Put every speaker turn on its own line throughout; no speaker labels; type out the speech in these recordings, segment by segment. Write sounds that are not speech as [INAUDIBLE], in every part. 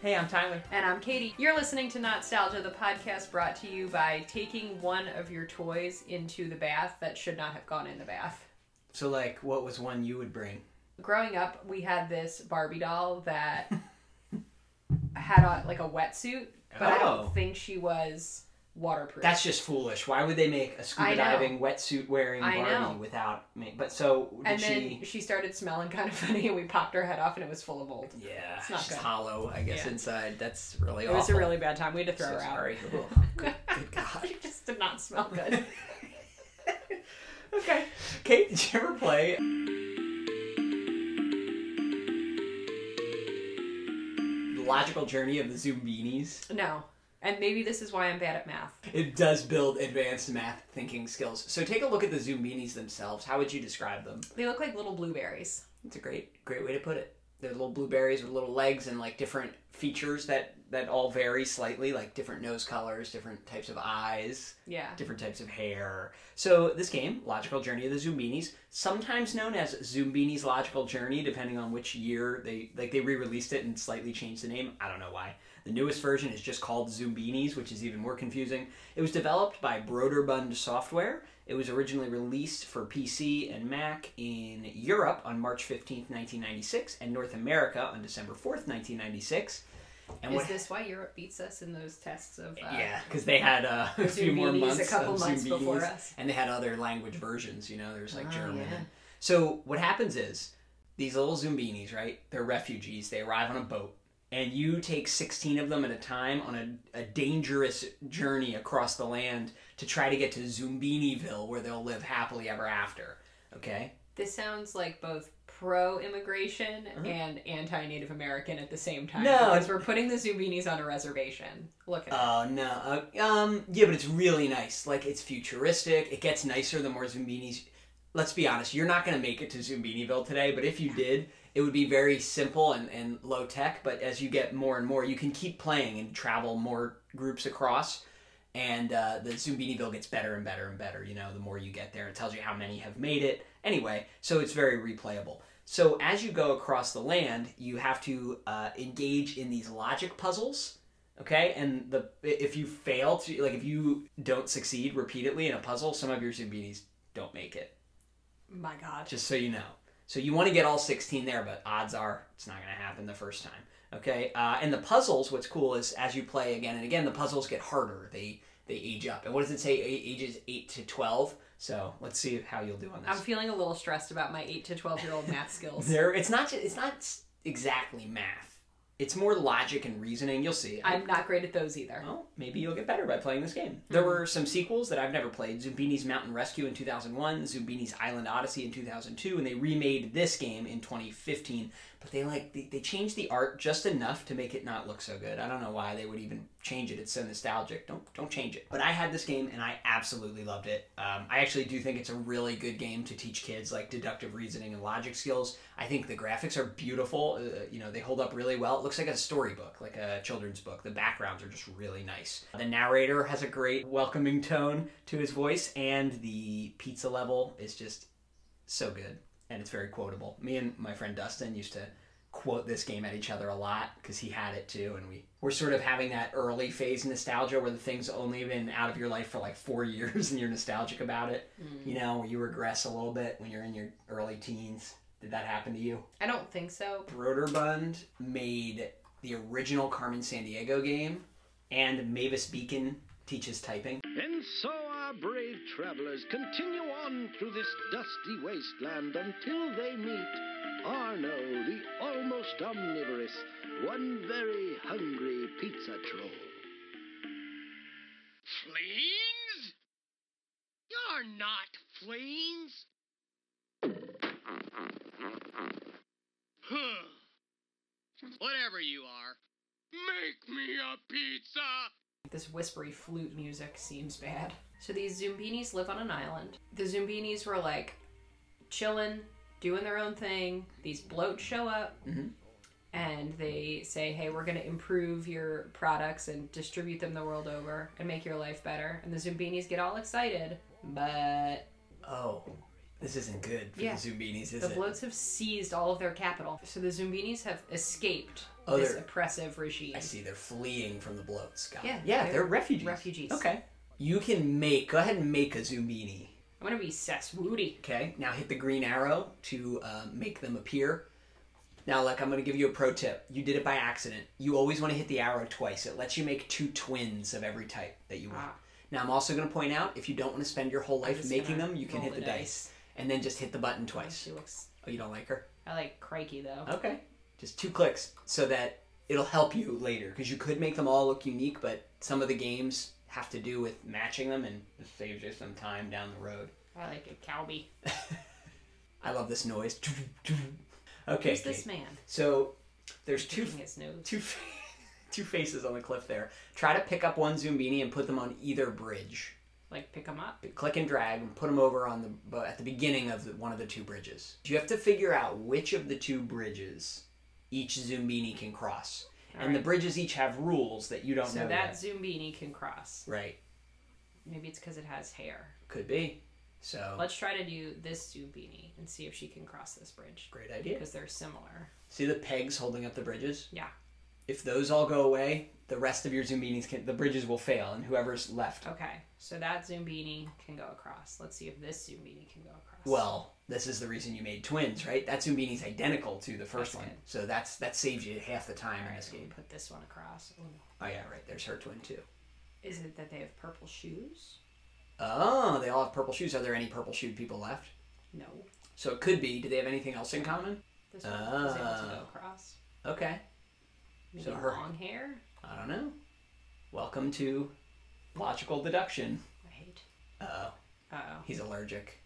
Hey, I'm Tyler.
And I'm Katie. You're listening to Nostalgia, the podcast brought to you by taking one of your toys into the bath that should not have gone in the bath.
So, like, what was one you would bring?
Growing up, we had this Barbie doll
[LAUGHS]
that had a, like a wetsuit, but I
Oh.
don't think she was waterproof.
That's just foolish. Why would they make a
I
scuba
know.
diving wetsuit wearing
I know.
Barbie without me? But so did
and then
she?
she started smelling kind of [LAUGHS] funny, and we popped her head off, and it was full of mold.
Yeah,
It's not
she's
good.
hollow. I guess
Yeah.
inside. That's really
It
awful.
was a really bad time. We had to
So
throw her out.
sorry. Oh, good, good God.
[LAUGHS] She [LAUGHS] just did not smell
[LAUGHS]
good.
okay. Kate, did you ever play? The logical journey of the Zumbinis.
No. And maybe this is why I'm bad at math.
It does build advanced math thinking skills. So take a look at the Zumbinis themselves. How would you describe them?
They look like little blueberries.
It's a great, great way to put it. They're little blueberries with little legs and like different features that that all vary slightly, like different nose colors, different types of eyes,
Yeah.
different types of hair. So this game, Logical Journey of the Zumbinis, sometimes known as Zumbinis Logical Journey, depending on which year they like they re-released it and slightly changed the name. I don't know why. The newest version is just called Zumbinis, which is even more confusing. It was developed by Broderbund Software. It was originally released for PC and Mac in Europe on March 15th, 1996, and North America on December 4th, 1996. And
Is
what
this why Europe beats us in those tests of? Uh,
yeah, because they had uh, [LAUGHS] a few more
Zumbinis a
months,
couple
of
months before
Zumbinis,
us.
and they had other language versions. You know, there's like
Ah,
German.
yeah.
So what happens is these little Zumbinis, right? They're refugees. They arrive on a boat, and you take 16 of them at a time on a, a dangerous journey across the land to try to get to Zumbiniville, where they'll live happily ever after. Okay.
This sounds like both pro-immigration and anti-Native American at the same time.
Mm-hmm. No.
because we're putting the Zumbinis on a reservation. Look at
Oh no. Uh, um. Yeah, but it's really nice. Like it's futuristic. It gets nicer the more Zumbinis. Let's be honest. You're not gonna make it to Zumbiniville today, but if you did, it would be very simple and, and low tech. But as you get more and more, you can keep playing and travel more groups across. And uh, the Zumbiniville gets better and better and better. You know, the more you get there, it tells you how many have made it. Anyway, so it's very replayable. So as you go across the land, you have to uh, engage in these logic puzzles okay and the if you fail to like if you don't succeed repeatedly in a puzzle some of your zumbinis don't make it
it. My God.
just so you know so you want to get all 16 there but odds are it's not going to happen the first time okay uh, and the puzzles what's cool is as you play again and again the puzzles get harder they they age up and what does it say A- ages 8 to 12 so let's see how you'll do on this
I'm feeling a little stressed about my eight to twelve-year-old math
[LAUGHS]
skills.
there it's not ju- it's not s- exactly math it's more logic and reasoning you'll see
I'm not great at those either.
Well, maybe you'll get better by playing this game. There were some sequels that I've never played Zumbini's Mountain Rescue in 2001, Zumbini's Island Odyssey in 2002, and they remade this game in 2015. But they like they, they changed the art just enough to make it not look so good. I don't know why they would even change it. It's so nostalgic. Don't don't change it. But I had this game and I absolutely loved it. Um, I actually do think it's a really good game to teach kids like deductive reasoning and logic skills. I think the graphics are beautiful. Uh, you know, they hold up really well. It looks like a storybook, like a children's book. The backgrounds are just really nice. The narrator has a great welcoming tone to his voice, and the pizza level is just so good and it's very quotable. Me and my friend Dustin used to quote this game at each other a lot because he had it too, and we we're sort of having that early phase nostalgia where the thing's only been out of your life for like four [LAUGHS] years and you're nostalgic about it. You know, you regress a little bit when you're in your early teens. Did that happen to you?
I don't think so.
Broderbund made the original Carmen Sandiego game, and Mavis Beacon teaches typing.
And so our brave travelers continue on through this dusty wasteland until they meet Arno, the almost omnivorous, one very hungry pizza troll. Fleens? You're not fleens. Huh. Whatever you are, make me a pizza!
This whispery flute music seems bad. So these Zumbinis live on an island. The Zumbinis were like chilling, doing their own thing. These bloats show up
Mhm.
and they say, Hey, we're going to improve your products and distribute them the world over and make your life better. And the Zumbinis get all excited, but
Oh, this isn't good for
Yeah.
the Zumbinis, is
the
it?
bloats have seized all of their capital. So the Zumbinis have escaped this
Other-
oppressive regime.
Oh, I see. They're fleeing from the bloats. Got it.
Yeah,
yeah,
they're
they're, refugees.
refugees.
Okay. You can make. Go ahead and make a zumbini.
I'm gonna be Sess Woody.
Okay. Now hit the green arrow to uh, make them appear. Now, look, I'm going to give you a pro tip. You did it by accident. You always want to hit the arrow twice. It lets you make two twins of every type that you want.
Ah.
Now, I'm also going to point out if you don't want to spend your whole life
just
making
gonna
them, you can
roll
hit
the
the dice.
dice.
and then just hit the button twice.
She looks.
Oh, you don't like her?
I like crikey though.
Okay. Just two clicks so that it'll help you later because you could make them all look unique, but some of the games have to do with matching them and it saves you some time down the road.
I like a cowby.
I love this noise. [LAUGHS] Okay.
Who's this
Kate.
man?
So there's two
Picking his nose.
[LAUGHS] two two faces on the cliff there. Try to pick up one Zumbini and put them on either bridge.
Like pick him up.
click and drag and put them over on the bu- at the beginning of the, one of the two bridges. You have to figure out which of the two bridges each Zumbini can cross, and the
Alright.
bridges each have rules that you don't
So
know.
that
yet.
Zumbini can cross.
right
Maybe it's because it has hair.
could be. So
Let's try to do this Zumbini and see if she can cross this bridge
great idea.
because they're similar.
See the pegs holding up the bridges.
Yeah.
If those all go away, the rest of your Zumbinis can the bridges will fail, and whoever's left.
Okay. So that Zumbini can go across. Let's see if this Zumbini can go across.
Well, this is the reason you made twins, right? That Zumbini's identical to the first
That's
one,
good.
so that's that saves you half the
All
time in
right,
this
so we'll
game.
put this one across. Oh, no.
Oh yeah, right. There's her twin too.
Is it that they have purple shoes?
Oh, they all have purple shoes. Are there any purple shoed people left?
No.
So it could be. Do they have anything else in common?
This one is able to go
Oh.
across.
Okay.
Maybe
So her-
long hair.
I don't know. Welcome to logical deduction.
I hate.
Oh,
Uh
he's allergic.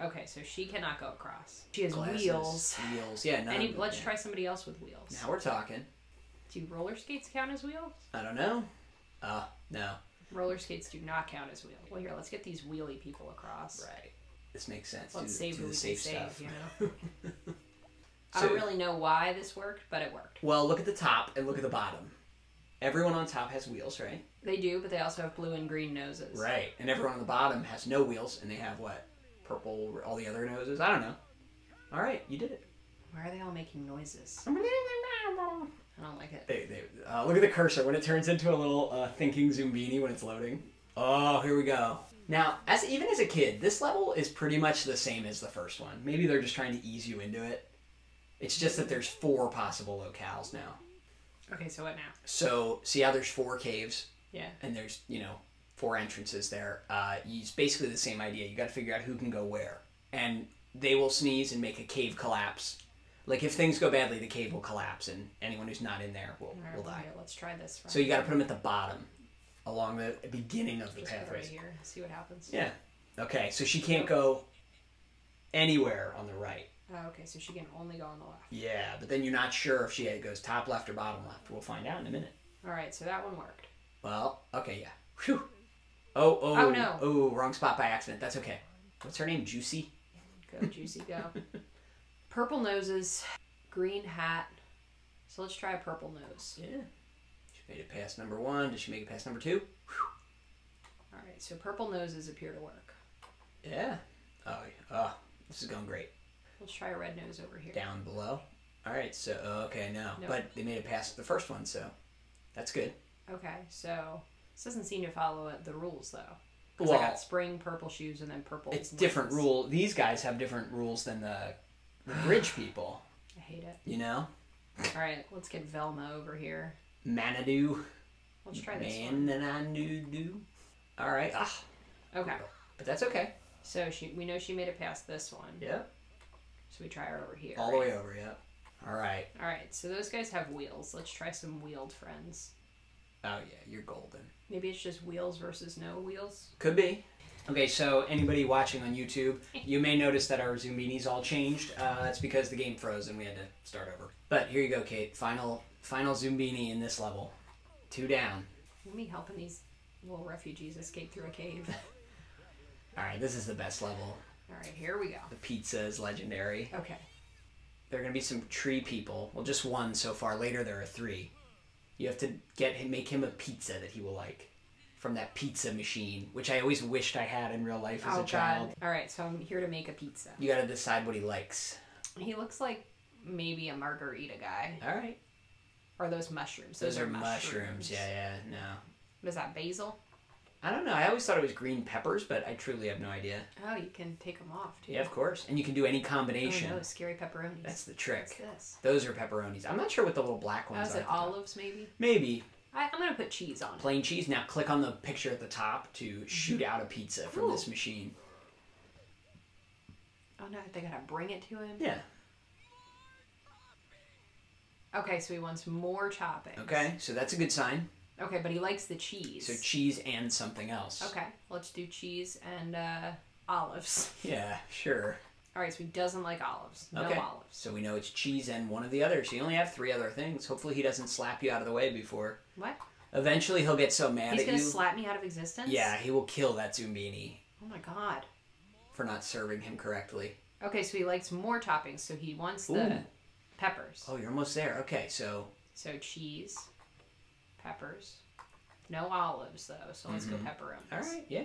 oh. Okay, so she cannot go across. She has
Glasses,
wheels.
Wheels. Yeah. None
Any,
of them,
let's
yeah.
try somebody else with wheels.
Now we're talking.
Do roller skates count as wheels?
I don't know. Oh no.
Roller skates do not count as wheels. Well, here, let's get these wheelie people across.
Right. This makes sense.
Let's
do,
save
do
who
the
we
safe
can
stuff.
save, you know?
[LAUGHS]
I don't
So-
really know why this worked, but it worked.
Well, look at the top and look at the bottom. Everyone on top has wheels, right?
They do, but they also have blue and green noses.
Right. And everyone on the bottom has no wheels, and they have what? Purple. All the other noses. I don't know. All right, you did it.
Why are they all making noises? I don't like it.
They, they, uh, look at the cursor when it turns into a little uh, thinking zumbini when it's loading. Oh, here we go. Now, as even as a kid, this level is pretty much the same as the first one. Maybe they're just trying to ease you into it. It's just that there's four possible locales now.
Okay, so what now?
So see how there's four caves
Yeah.
and there's you know four entrances there. Uh, it's basically the same idea. You got to figure out who can go where, and they will sneeze and make a cave collapse. Like if things go badly, the cave will collapse, and anyone who's not in there will,
All right,
will
well,
die.
here, let's try this.
So you got to put them at the bottom, along the beginning of the
Just put it right
pathways.
here. See what happens.
Yeah. Okay, so she can't go anywhere on the right.
Oh, okay, so she can only go on the left.
Yeah, but then you're not sure if she goes top left or bottom left. We'll find out in a minute.
All right, so that one worked.
Well, okay, yeah. Whew. Oh, oh,
Oh, no.
Oh, wrong spot by accident. That's okay. What's her name? Juicy?
Go, Juicy,
[LAUGHS]
go. purple noses, green hat. So let's try a purple nose.
Yeah. She made it past number one. Did she make it past number two?
All right, so purple noses appear to work.
Yeah. Oh, oh this is going great.
Let's try a red nose over here.
down below. All right, so okay, no,
No.
but they made it past the first one, so that's good.
Okay, so this doesn't seem to follow it- the rules though. 'Cause
Well,
I got spring, purple shoes, and then purple.
it's different
wings.
rule. These guys have different rules than the, the [SIGHS] bridge people.
I hate it.
You know,
All right, let's get Velma over here.
Manadu,
Let's try this one.
Manadu. All right, ah,
Okay,
but that's okay.
so she we know she made it past this one,
Yeah,
so we try her over here.
all the way over. Yeah. All right.
All right, so those guys have wheels. Let's try some wheeled friends.
Oh yeah, you're golden.
Maybe it's just wheels versus no wheels.
Could be. Okay, so anybody watching on YouTube, you may notice that our Zoominis all changed. Uh, that's because the game froze and we had to start over. But here you go, Kate. Final, final Zoombini in this level. Two down.
Let me helping these little refugees escape through a
[LAUGHS]
cave.
All right, this is the best level.
All right, here we go.
The pizza is legendary.
Okay,
There are gonna be some tree people. Well, just one so far. Later there are three. You have to get him, make him a pizza that he will like, from that pizza machine, which I always wished I had in real life as
oh
a child.
god. All right, so I'm here to make a pizza.
You gotta decide what he likes.
He looks like maybe a margarita guy.
All right.
Or those mushrooms.
Those, are mushrooms.
mushrooms.
Yeah, yeah. No.
Was that basil?
I don't know. I always thought it was green peppers, but I truly have no idea.
Oh, you can take them off too.
Yeah, of course. And you can do any
Oh
combination.
no, scary pepperonis.
That's the
What's
trick.
this?
Those are pepperonis. I'm not sure what the little black
Oh,
ones
is
are.
it olives maybe?
Maybe
I, I'm gonna put cheese on it.
plain cheese. Now click on the picture at the top to shoot out a pizza from
Mm-hmm. Cool.
this machine.
Oh no, they gotta bring it to him.
Yeah.
Okay, so he wants more toppings.
Okay. So that's a good sign.
Okay, but he likes the cheese.
So cheese and something else.
okay, let's do cheese and uh, olives.
Yeah, sure.
All right, so he doesn't like olives. No
Okay.
olives.
So we know it's cheese and one of the others. You only have three other things. Hopefully he doesn't slap you out of the way before.
What?
Eventually he'll get so mad
He's
at
gonna
you.
slap me out of existence?
yeah, he will kill that zumbini
Oh my god.
for not serving him correctly.
Okay, so he likes more toppings, so he wants the
Ooh.
peppers.
Oh, you're almost there. Okay, so
So cheese, peppers. No olives though, so let's go pepperonis.
Mm-hmm. all right, yeah.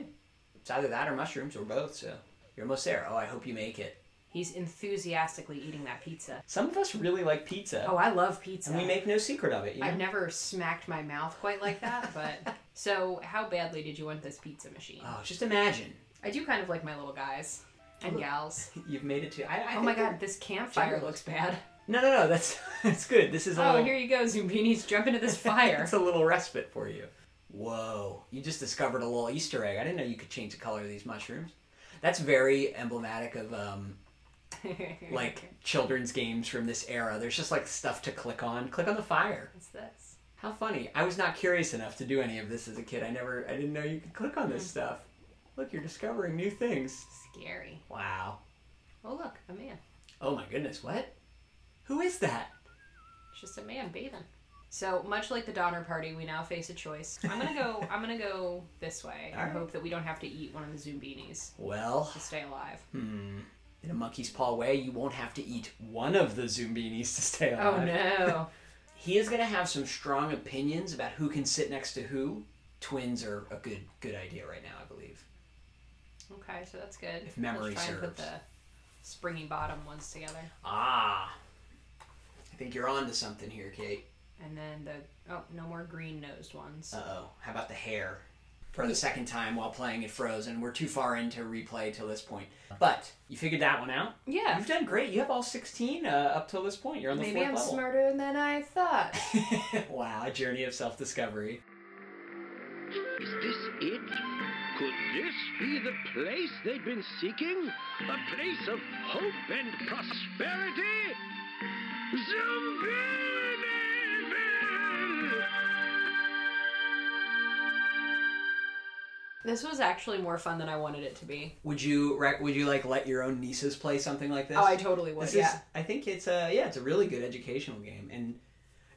It's either that or mushrooms or both. So you're almost there. Oh, I hope you make it.
He's enthusiastically eating that pizza.
Some of us really like pizza,
Oh, I love pizza.
and we make no secret of it. You know?
I've never smacked my mouth quite like that,
[LAUGHS]
but so how badly did you want this pizza machine?
oh, just imagine [LAUGHS]
I do kind of like my little guys and gals.
you've made it to. I, I
Oh my
think
god, this campfire
generous.
looks
[LAUGHS]
bad.
No, no, no. That's [LAUGHS] that's good. This is a
Oh,
little,
here you go, Zumbini's jump into
[LAUGHS]
this fire.
It's a little respite for you. Whoa! You just discovered a little Easter egg. I didn't know you could change the color of these mushrooms. That's very emblematic of um, like children's games from this era. There's just like stuff to click on. Click on the fire.
[LAUGHS] what's this?
How funny! I was not curious enough to do any of this as a kid. I never, I didn't know you could click on
Hmm.
this stuff. Look, you're discovering new things.
Scary.
Wow!
Oh look, a man.
Oh my goodness! What? Who is that?
It's just a man bathing. So much like the Donner Party, we now face a choice. I'm gonna
[LAUGHS]
go. I'm gonna go this way. I
Alright.
hope that we don't have to eat one of the Zumbinis
Well,
to stay
[LAUGHS]
alive.
in a monkey's paw way, you won't have to eat one of the zumbinis to stay alive.
Oh no!
he is going to have some strong opinions about who can sit next to who. Twins are a good good idea right now, I believe.
[LAUGHS] Okay, so that's good.
If memory
Let's try and put
serves.
the springy bottom ones together,
Ah, I think you're on to something here, Kate.
and then the oh, no more green nosed ones.
Uh oh, how about the hair? For the second time while playing it froze, and we're too far into replay till this point. But you figured that one out.
yeah,
You've done great. You have all sixteen uh, up till this point. You're on the
maybe
fourth
I'm
level.
smarter than I thought.
[LAUGHS] wow, a journey of self discovery.
Is this it? Could this be the place they've been seeking? A place of hope and prosperity? Zumbiliville!
this was actually more fun than I wanted it to be.
Would you rec- would you like let your own nieces play something like this?
Oh, I totally would.
This
yeah.
is, I think it's a yeah, it's a really good educational game, and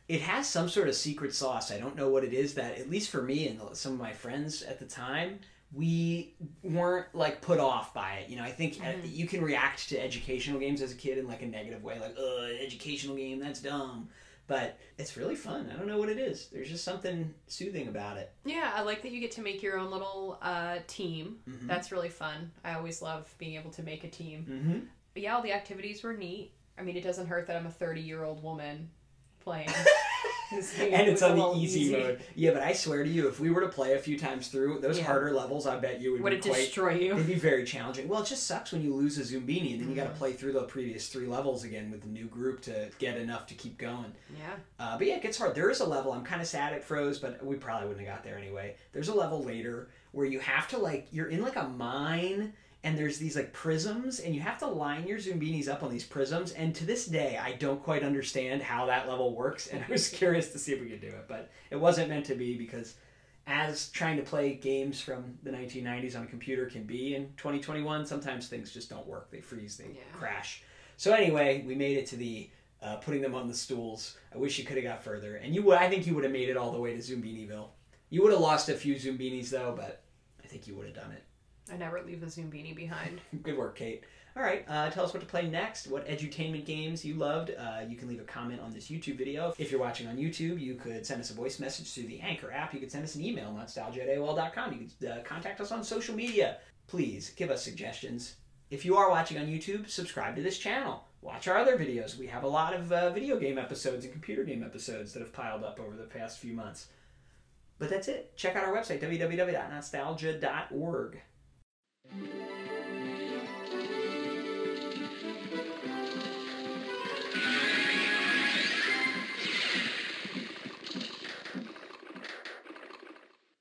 it has some sort of secret sauce. I don't know what it is that, at least for me and some of my friends at the time, we weren't like put off by it. You know, I think uh
Mm-hmm.
you can react to educational games as a kid in like a negative way, like "Ugh, educational game, that's dumb." But it's really fun. I don't know what it is. There's just something soothing about it.
Yeah, I like that you get to make your own little uh, team. That's really fun. I always love being able to make a team.
Mm-hmm.
But yeah, all the activities were neat. I mean, it doesn't hurt that I'm a 30 year old woman
[LAUGHS]
playing. This game
And it's
was a
on the
little
easy, mode. Yeah, but I swear to you, if we were to play a few times through those
Yeah.
harder levels, I bet you would,
Would
be
it
quite
destroy you?
[LAUGHS] It'd be very challenging. Well, it just sucks when you lose a Zumbini and then you got to play through the previous three levels again with the new group to get enough to keep going.
Yeah.
Uh, but yeah, it gets hard. There is a level. I'm kind of sad it froze, but we probably wouldn't have got there anyway. There's a level later where you have to like you're in like a mine and there's these like prisms and you have to line your Zumbinis up on these prisms. And to this day, I don't quite understand how that level works. And I was [LAUGHS] curious to see if we could do it, but it wasn't meant to be because as trying to play games from the 1990s on a computer can be in 2021, sometimes things just don't work. They freeze, they
Yeah.
crash. So anyway, we made it to the uh, putting them on the stools. I wish you could have got further, and you would. I think you would have made it all the way to Zumbininville. You would have lost a few Zumbinis though, but I think you would have done it.
I never leave the Zumbini behind.
[LAUGHS] Good work, Kate. All right, uh, tell us what to play next. What edutainment games you loved? Uh, you can leave a comment on this YouTube video. If you're watching on YouTube, you could send us a voice message through the Anchor app. You could send us an email, nostalgia at AOL.com. You could uh, contact us on social media. Please give us suggestions. If you are watching on YouTube, subscribe to this channel. watch our other videos. We have a lot of uh, video game episodes and computer game episodes that have piled up over the past few months. But that's it. Check out our website, www.nostalgia.org.